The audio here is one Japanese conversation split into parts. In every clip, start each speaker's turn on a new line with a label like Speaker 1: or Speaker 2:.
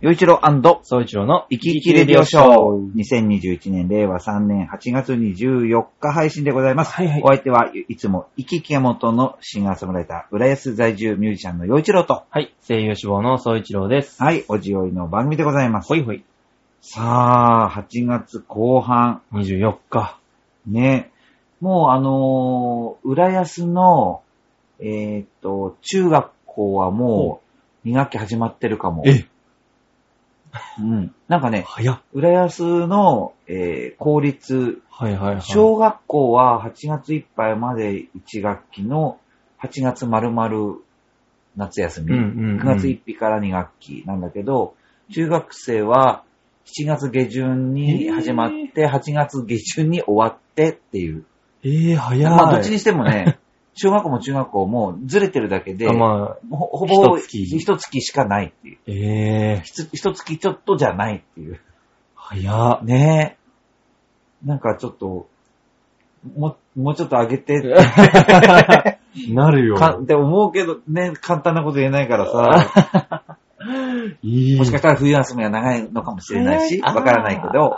Speaker 1: 洋一郎
Speaker 2: 総一郎の
Speaker 1: 生き生きレディオショー。2021年令和3年8月24日配信でございます。
Speaker 2: はいはい
Speaker 1: お相手はいつも生き生き元のシンガーソングライター、浦安在住ミュージシャンの洋一郎と、
Speaker 2: はい、声優志望の総一郎です。
Speaker 1: はい、おじおいの番組でございます。
Speaker 2: ほいほい。
Speaker 1: さあ、8月後半、
Speaker 2: 24日。
Speaker 1: ね、もうあのー浦安の、えーっと、中学校はもう2学期始まってるかも。
Speaker 2: え
Speaker 1: うん。なんかね、
Speaker 2: 早っ。
Speaker 1: 浦安の、えー公立、
Speaker 2: はいはいはい。
Speaker 1: 小学校は8月いっぱいまで1学期の8月丸々夏休み。
Speaker 2: うんうんうん
Speaker 1: 9月1日から2学期なんだけど、中学生は7月下旬に始まって、8月下旬に終わってっていう。
Speaker 2: えー、早い。
Speaker 1: まあ、どっちにしてもね、 小学校も中学校もずれてるだけで、
Speaker 2: あまあ、
Speaker 1: ほほぼ
Speaker 2: 一月
Speaker 1: 一月しかないっていう。
Speaker 2: えー、
Speaker 1: ひつ一月ちょっとじゃないっていう。
Speaker 2: 早っ。
Speaker 1: ねえ。なんかちょっと、もう、もうちょっと上げて、
Speaker 2: なるよ。
Speaker 1: かって思うけどね、簡単なこと言えないからさ、
Speaker 2: いい。
Speaker 1: もしかしたら冬休みが長いのかもしれないし、
Speaker 2: あ
Speaker 1: わ
Speaker 2: ー
Speaker 1: からないけど、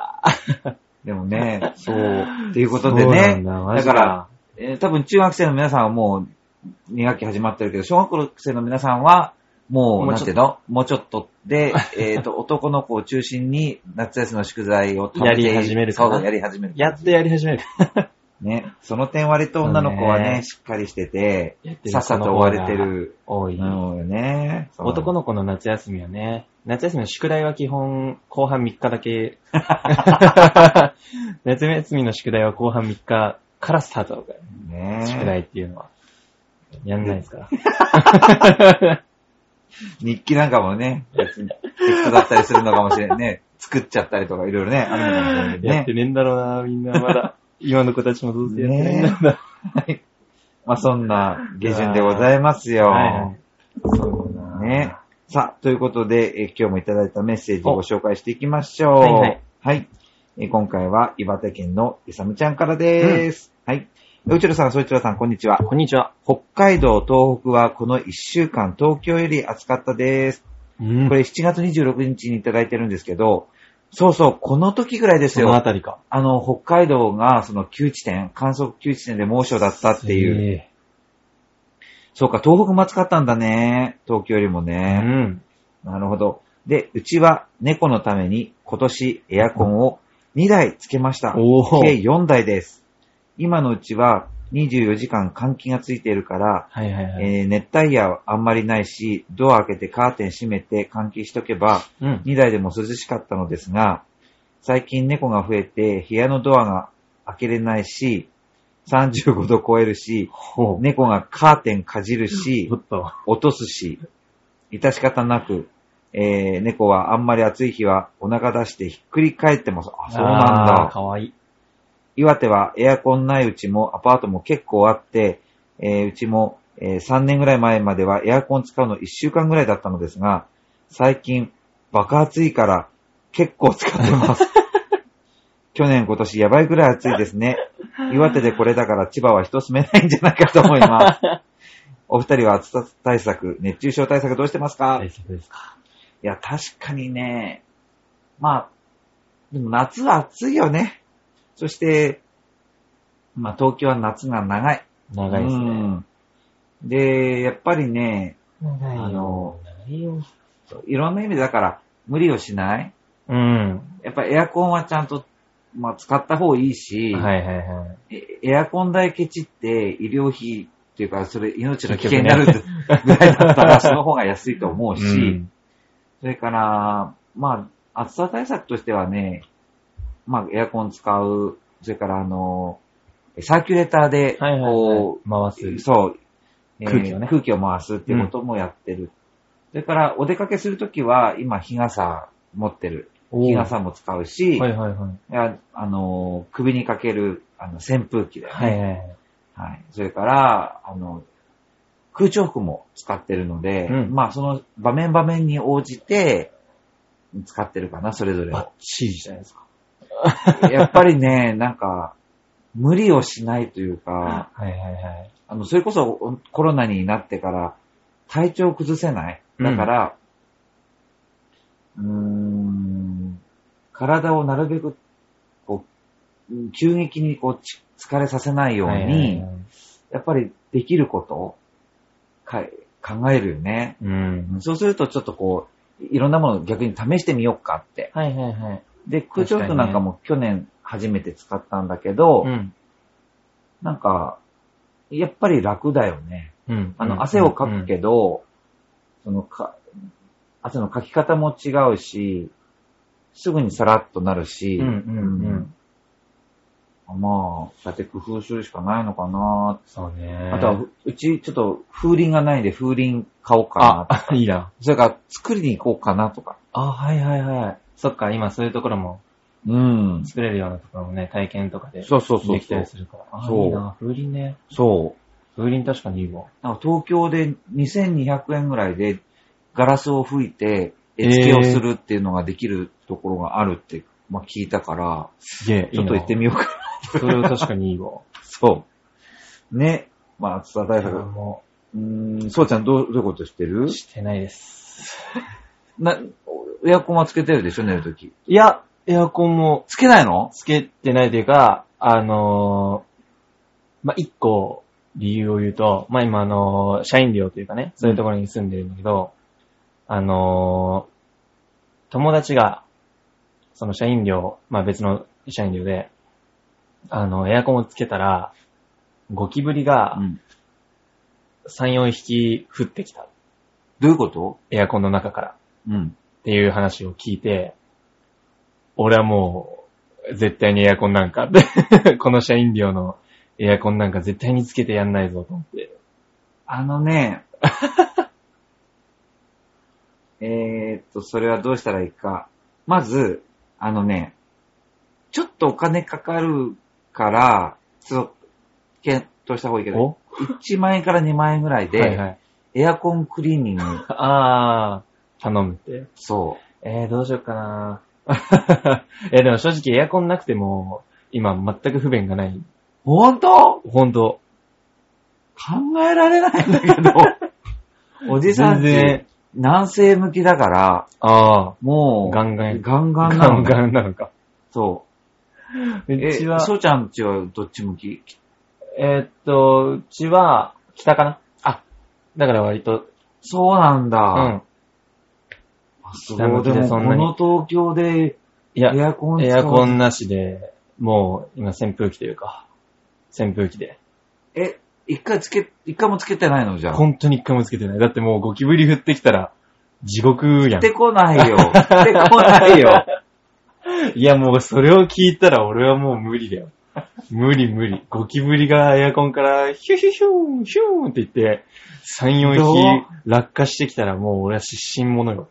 Speaker 1: でもね、そう、っていうことで
Speaker 2: そう
Speaker 1: ね、
Speaker 2: なんだ
Speaker 1: だから、えー多分中学生の皆さんはもう2学期始まってるけど、小学生の皆さんは、もう、
Speaker 2: もう
Speaker 1: なん
Speaker 2: ちょ
Speaker 1: ていうのもうちょっとで、えっ、 と、男の子を中心に夏休みの宿題を
Speaker 2: やり始めるかな
Speaker 1: そうやり始める。
Speaker 2: やっとやり始める。
Speaker 1: ね、その点割と女の子はね、
Speaker 2: ね
Speaker 1: しっかりしてて、
Speaker 2: やってる
Speaker 1: さっさと終われてる
Speaker 2: 多い。
Speaker 1: のよね。そう
Speaker 2: 男の子の夏休みはね、夏休みの宿題は基本、後半3日だ け。夏休みの宿題は後半3日からスタートだから、
Speaker 1: ね
Speaker 2: 宿題っていうのは。やんないですから。
Speaker 1: 日記なんかもね、別にテキストだったりするのかもしれない ね。作っちゃったりとかいろいろね、あるのかもしれないけど
Speaker 2: やっ
Speaker 1: ね
Speaker 2: て。ねえんだろうな、みんなまだ。 今の子たちもどうせやってないんだろうな。
Speaker 1: まあそんな下旬でございますよ。
Speaker 2: はいはいそうだな
Speaker 1: ね。さあ、ということで、えー今日もいただいたメッセージをご紹介していきましょう。
Speaker 2: おはいはい
Speaker 1: はいえー今回は岩手県のいさみちゃんからです。はい。うちろさん、そいちろさん、こんにちは。
Speaker 2: こんにちは。
Speaker 1: 北海道、東北はこの1週間、東京より暑かったです。
Speaker 2: うん
Speaker 1: これ7月26日にいただいてるんですけど、そうそう、この時ぐらいです
Speaker 2: そのあ
Speaker 1: よ。
Speaker 2: たりか。
Speaker 1: あの、北海道がその9地点、観測9地点で猛暑だったっていう。
Speaker 2: え
Speaker 1: そうか、東北も暑かったんだね。東京よりも
Speaker 2: え。う
Speaker 1: ね。
Speaker 2: ん。
Speaker 1: なるほど。で、うちは猫のために今年エアコンを2台つけました。
Speaker 2: おー
Speaker 1: 計4台です。今のうちは24時間換気がついているから、
Speaker 2: はいはいはい。
Speaker 1: えー熱帯夜はあんまりないし、ドア開けてカーテン閉めて換気しとけば、
Speaker 2: うん。
Speaker 1: 2台でも涼しかったのですが、最近猫が増えて、部屋のドアが開けれないし、35度超えるし、
Speaker 2: ほう。
Speaker 1: 猫がカーテンかじるし
Speaker 2: ちょ、っと。
Speaker 1: 落とすし、致し方なく、えー猫はあんまり暑い日はお腹出してひっくり返ってます。あ、そうなん
Speaker 2: あー
Speaker 1: だ。
Speaker 2: かわいい。
Speaker 1: 岩手はエアコンないうちもアパートも結構あって、えーうちも、えー3年ぐらい前まではエアコン使うの1週間ぐらいだったのですが、最近爆暑いから結構使ってます。去年今年やばいぐらい暑いですね。岩手でこれだから千葉は人住めないんじゃないかと思います。お二人は暑さ対策、熱中症対策どうしてますか、
Speaker 2: 大切ですか。
Speaker 1: いや、確かにね、まあ、でも夏は暑いよね。そして、まあ東京は夏が長い。
Speaker 2: 長いです
Speaker 1: う
Speaker 2: ね。
Speaker 1: んで、やっぱりね、
Speaker 2: 長
Speaker 1: いよ
Speaker 2: あの、長いよ。
Speaker 1: いろんな意味でだから無理をしない。
Speaker 2: うん。
Speaker 1: やっぱエアコンはちゃんと、まあ使った方いいし、
Speaker 2: はいはいはい。
Speaker 1: えエアコン代ケチって医療費っていうか、それ命の危険になるってぐらいだったら、その方が安いと思うし、
Speaker 2: うん
Speaker 1: それから、まあ、暑さ対策としてはね、まあ、エアコン使う、それから、あの、サーキュレーターで、
Speaker 2: はいはい
Speaker 1: こ
Speaker 2: は
Speaker 1: う、
Speaker 2: い。回す。
Speaker 1: そう、えー
Speaker 2: 空気をね
Speaker 1: 空気を回すっていうこともやってる。それから、お出かけするときは、今、日傘持ってる。
Speaker 2: お
Speaker 1: 日
Speaker 2: ー
Speaker 1: 傘も使うし、
Speaker 2: はいはいはい。
Speaker 1: いやあの、首にかける、あの、扇風機だよね。
Speaker 2: はいはいはい。
Speaker 1: はい。それから、あの、空調服も使ってるので、
Speaker 2: うん
Speaker 1: まあその場面場面に応じて使ってるかな、それぞれを
Speaker 2: バッチリじゃないですか。
Speaker 1: やっぱりね、なんか、無理をしないというか、
Speaker 2: はいはいはい。
Speaker 1: あの、それこそコロナになってから体調を崩せない。だから、うーん、体をなるべく、こううん、急激にこうち疲れさせないように、
Speaker 2: はいはいはい
Speaker 1: やっぱりできることをか考えるよね。
Speaker 2: うん。
Speaker 1: そうするとちょっとこう、いろんなものを逆に試してみようかって。
Speaker 2: はいはいはい。
Speaker 1: で、空調服なんかも去年初めて使ったんだけど、
Speaker 2: ん。
Speaker 1: なんか、やっぱり楽だよね。
Speaker 2: うん。
Speaker 1: あの、汗をかく
Speaker 2: ど。
Speaker 1: けど、そのか、汗のかき方も違うし、すぐにさらっとなるし、
Speaker 2: うんうんうん。
Speaker 1: まあ、そうやって工夫するしかないのかな
Speaker 2: そうね。
Speaker 1: あとは、うちちょっと風鈴がないんで風鈴買おうかな。
Speaker 2: あ、 いいな。
Speaker 1: それから作りに行こうかなとか。
Speaker 2: あ、はいはいはい。そっか、今そういうところも、
Speaker 1: うん。
Speaker 2: 作れるようなところもね、体験とかで。
Speaker 1: そうそうそう
Speaker 2: できた
Speaker 1: そ
Speaker 2: り
Speaker 1: う。
Speaker 2: するから。あ、
Speaker 1: そう
Speaker 2: いいな。風鈴ね。
Speaker 1: そう。
Speaker 2: 風鈴確かにいいわ。
Speaker 1: なんか東京で2200円ぐらいでガラスを吹いて絵付けをするっていうのができるところがあるって、まあ、聞いたから、
Speaker 2: すげえ、
Speaker 1: ちょっと行ってみようかな。
Speaker 2: み それは確かにいい わ。
Speaker 1: そう。ね。まあ、暑さ対
Speaker 2: 自
Speaker 1: 策。う
Speaker 2: 分も
Speaker 1: ーん、そうちゃんどうどういうことしてる
Speaker 2: してないです。
Speaker 1: な、エアコンはつけてるでしょ、寝るとき。
Speaker 2: いや、エアコンも
Speaker 1: つけないの
Speaker 2: つけてないというか、あのーまあ、一個理由を言うと、まあ、今あのー社員寮というかね、そういうところに住んでるんだけど、あのー友達が、その社員寮、まあ、別の社員寮で、あの、エアコンをつけたら、ゴキブリが
Speaker 1: うん。
Speaker 2: 3、4匹降ってきた。
Speaker 1: どういうこと
Speaker 2: エアコンの中から。
Speaker 1: うん。
Speaker 2: っていう話を聞いて、俺はもう、絶対にエアコンなんか、 この社員寮のエアコンなんか絶対につけてやんないぞと思って。
Speaker 1: あのね、 えーっと、それはどうしたらいいか。まず、あのね、ちょっとお金かかるから、ちょっと検討した方がいいけど、
Speaker 2: お
Speaker 1: 1万円から2万円ぐらいで、
Speaker 2: はいはい。
Speaker 1: エアコンクリーニング、
Speaker 2: あー、頼むって。
Speaker 1: そ
Speaker 2: えー、どうしようかな えー、でも正直エアコンなくても、今全く不便がない。
Speaker 1: う。本当
Speaker 2: ほんと。
Speaker 1: 考えられないんだ けど、おじさん
Speaker 2: 全
Speaker 1: ち
Speaker 2: 然、
Speaker 1: 南西向きだから、
Speaker 2: あー、
Speaker 1: もう、
Speaker 2: ガンガン
Speaker 1: ガンガンな
Speaker 2: ガ
Speaker 1: の
Speaker 2: ン
Speaker 1: ね
Speaker 2: ガンなのか。
Speaker 1: そうう。え、
Speaker 2: ちは、
Speaker 1: そうちゃんちはどっち向き
Speaker 2: えーっと、うちは、北かなあ、だから割と、
Speaker 1: そうなんだ。
Speaker 2: うん。
Speaker 1: あそう
Speaker 2: 北向
Speaker 1: で
Speaker 2: きで
Speaker 1: も、
Speaker 2: そん
Speaker 1: こ
Speaker 2: なに
Speaker 1: の東京で
Speaker 2: い
Speaker 1: エ
Speaker 2: や、
Speaker 1: アコン使う
Speaker 2: エアコンなしで、もう今扇風機というか、扇風機で。
Speaker 1: え、一回つけ、一回もつけてないのじゃあ。
Speaker 2: 本当に一回もつけてない。だってもうゴキブリ降ってきたら地獄
Speaker 1: 来
Speaker 2: やん
Speaker 1: て。こない よ。来てこないよ。
Speaker 2: いやもうそれを聞いたら俺はもう無理だよ。無理無理。ゴキブリがエアコンからヒュヒュヒューン、ヒューンって言って、3、4
Speaker 1: どう
Speaker 2: 匹落下してきたらもう俺は失神者よ。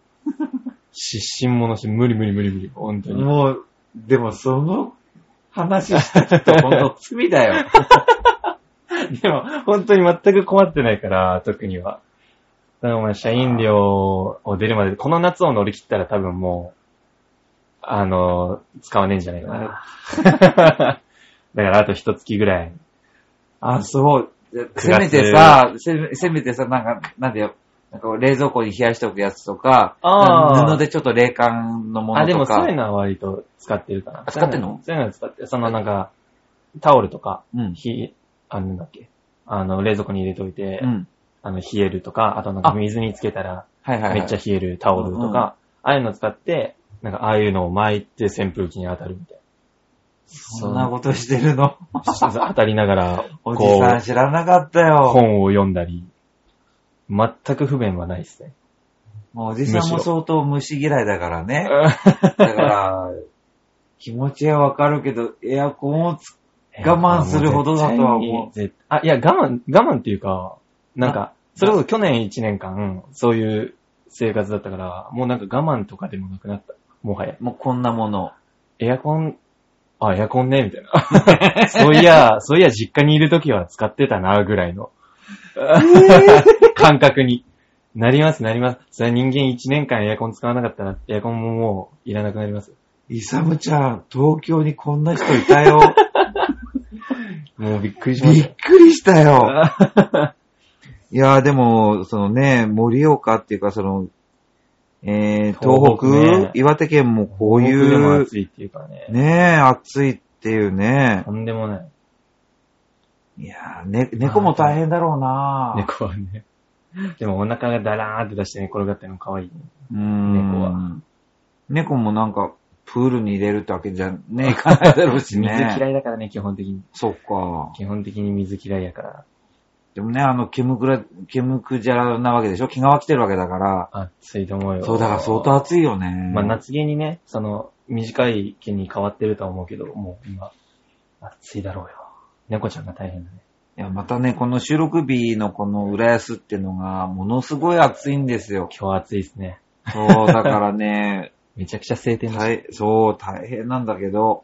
Speaker 2: 失神者して無理無理無理無理。本当に。
Speaker 1: もう、でもその話した人、ほんと罪だ よ。
Speaker 2: でも、本当に全く困ってないから、特には。だからお前、社員寮を出るまで、この夏を乗り切ったら多分もう、あの、使わねえんじゃないかな。だ からあと一月ぐらい。
Speaker 1: あ、そう。
Speaker 2: 月
Speaker 1: せめてさ、せめせめてさ、なんか、なんでよ、なんか冷蔵庫に冷やしておくやつとか、
Speaker 2: あー
Speaker 1: 布でちょっと冷感のも
Speaker 2: あ、
Speaker 1: の
Speaker 2: で
Speaker 1: と
Speaker 2: も
Speaker 1: か。
Speaker 2: そういうのは割と使ってるかな。
Speaker 1: あ使ってんの
Speaker 2: そういうのは使ってる。そのなんか、タオルとか、
Speaker 1: うん。
Speaker 2: ひ、あの、なんだっけ。あの、冷蔵庫に入れといて、
Speaker 1: うん。
Speaker 2: あの、冷えるとか、あとなんか
Speaker 1: あ
Speaker 2: 水につけたら、
Speaker 1: はいはい、はい。
Speaker 2: めっちゃ冷えるタオル
Speaker 1: うんう
Speaker 2: と
Speaker 1: ん
Speaker 2: か、ああいうの使って、なんかああいうのを巻いて扇風機に当たるみたい
Speaker 1: そんなことしてるの。
Speaker 2: な。当たりながら、
Speaker 1: おじ
Speaker 2: こ
Speaker 1: さん
Speaker 2: う、
Speaker 1: 知らなかったよ。
Speaker 2: 本を読んだり、全く不便はないです ね。
Speaker 1: もうおじさんも
Speaker 2: むし
Speaker 1: 相当虫嫌いだからね。 だから、気持ちはわかるけど、エアコンをつ、我慢するほどだとは思う
Speaker 2: 絶対に。絶あ、いや、我慢、我慢っていうか、なんか、それこそ去年1年間、そういう生活だったから、もうなんか我慢とかでもなくなった。もはや。
Speaker 1: もうこんなもの。
Speaker 2: エアコン、あ、エアコンね、みたい な。そういや、そういや、実家にいるときは使ってたな、ぐらいの。感覚に。なります、なります。それは人間1年間エアコン使わなかったら、エアコンももういらなくなります。
Speaker 1: イサムちゃん、東京にこんな人いたよ。
Speaker 2: もうびっくりしま
Speaker 1: び
Speaker 2: し
Speaker 1: っくりした よ。いやーでも、そのね、盛岡っていうか、その、えー、東
Speaker 2: 東
Speaker 1: 北
Speaker 2: 北ね
Speaker 1: 岩手県もこうい
Speaker 2: 東北でも
Speaker 1: う、
Speaker 2: 暑いっていうからね。
Speaker 1: ねえ、暑いっていうね
Speaker 2: と。んでもない。
Speaker 1: いやー、ね、猫も大変だろうな
Speaker 2: 猫はね。でもお腹がだらーって出して寝転がってるの可愛い。
Speaker 1: 猫
Speaker 2: 猫
Speaker 1: は
Speaker 2: は。
Speaker 1: 猫もなんか、プールに入れるってわけじゃねえかないだろうし
Speaker 2: 水嫌
Speaker 1: ね。
Speaker 2: いだからね、基本的に。
Speaker 1: そっか。
Speaker 2: 基本的に水嫌いやから。
Speaker 1: でもね、あの、煙くら、煙くじゃらなわけでしょ気が来てるわけだから。
Speaker 2: 暑いと思うよ。
Speaker 1: そう、だから相当暑いよね。
Speaker 2: まあ夏毛にね、その、短い毛に変わってるとは思うけど、もう今、暑いだろうよ。猫ちゃんが大変だね。。
Speaker 1: いや、またね、この収録日のこの浦安ってのが、ものすごい暑いんですよ
Speaker 2: 今日は暑いですね。
Speaker 1: そう、だから ね、
Speaker 2: めちゃくちゃ晴天だし。
Speaker 1: 大そう、大変なんだけど、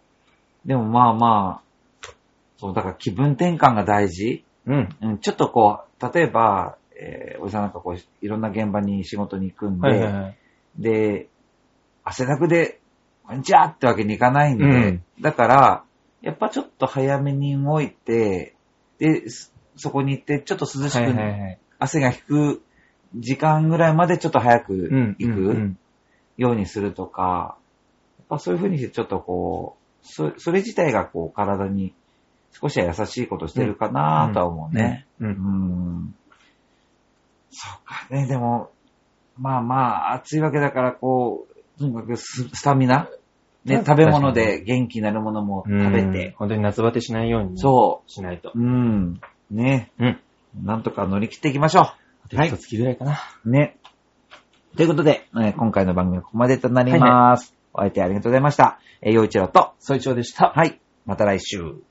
Speaker 1: でもまあまあ、そう、だから気分転換が大事。
Speaker 2: うん。
Speaker 1: うん、ちょっとこう、例えば、えー、おじさんなんかこう、いろんな現場に仕事に行くんで、
Speaker 2: はいはいはい。
Speaker 1: で、汗だくで、こんにちはってわけにいかないんで、
Speaker 2: うん
Speaker 1: だから、やっぱちょっと早めに動いて、で、すそこに行って、ちょっと涼しく、
Speaker 2: はいはいはい。
Speaker 1: 汗が引く時間ぐらいまでちょっと早
Speaker 2: う
Speaker 1: く
Speaker 2: ん。
Speaker 1: 行
Speaker 2: うんう
Speaker 1: く
Speaker 2: ん
Speaker 1: ようにするとか、やっぱそういうふうにしてちょっとこう、そそれ自体がこう体に少しは優しいことしてるかなとは思うね。
Speaker 2: う。
Speaker 1: うんんそうかね、でも、まあまあ、暑いわけだから、こう、とにかくススタミナ、ね、
Speaker 2: 確か
Speaker 1: 食
Speaker 2: に
Speaker 1: べ物で元気になるものも食べ
Speaker 2: うん
Speaker 1: て、
Speaker 2: 本当に夏バテしないようにね
Speaker 1: そ
Speaker 2: しないと。
Speaker 1: う、うん、ね、
Speaker 2: うん。
Speaker 1: なんとか乗り切っていきましょは
Speaker 2: はいい。一月ぐらいかな。
Speaker 1: う。ね。ということで、えー今回の番組はここまでとなります。お相手ありがとうございました。えー、陽一郎と、
Speaker 2: そいちょうでした。
Speaker 1: はい、また来週。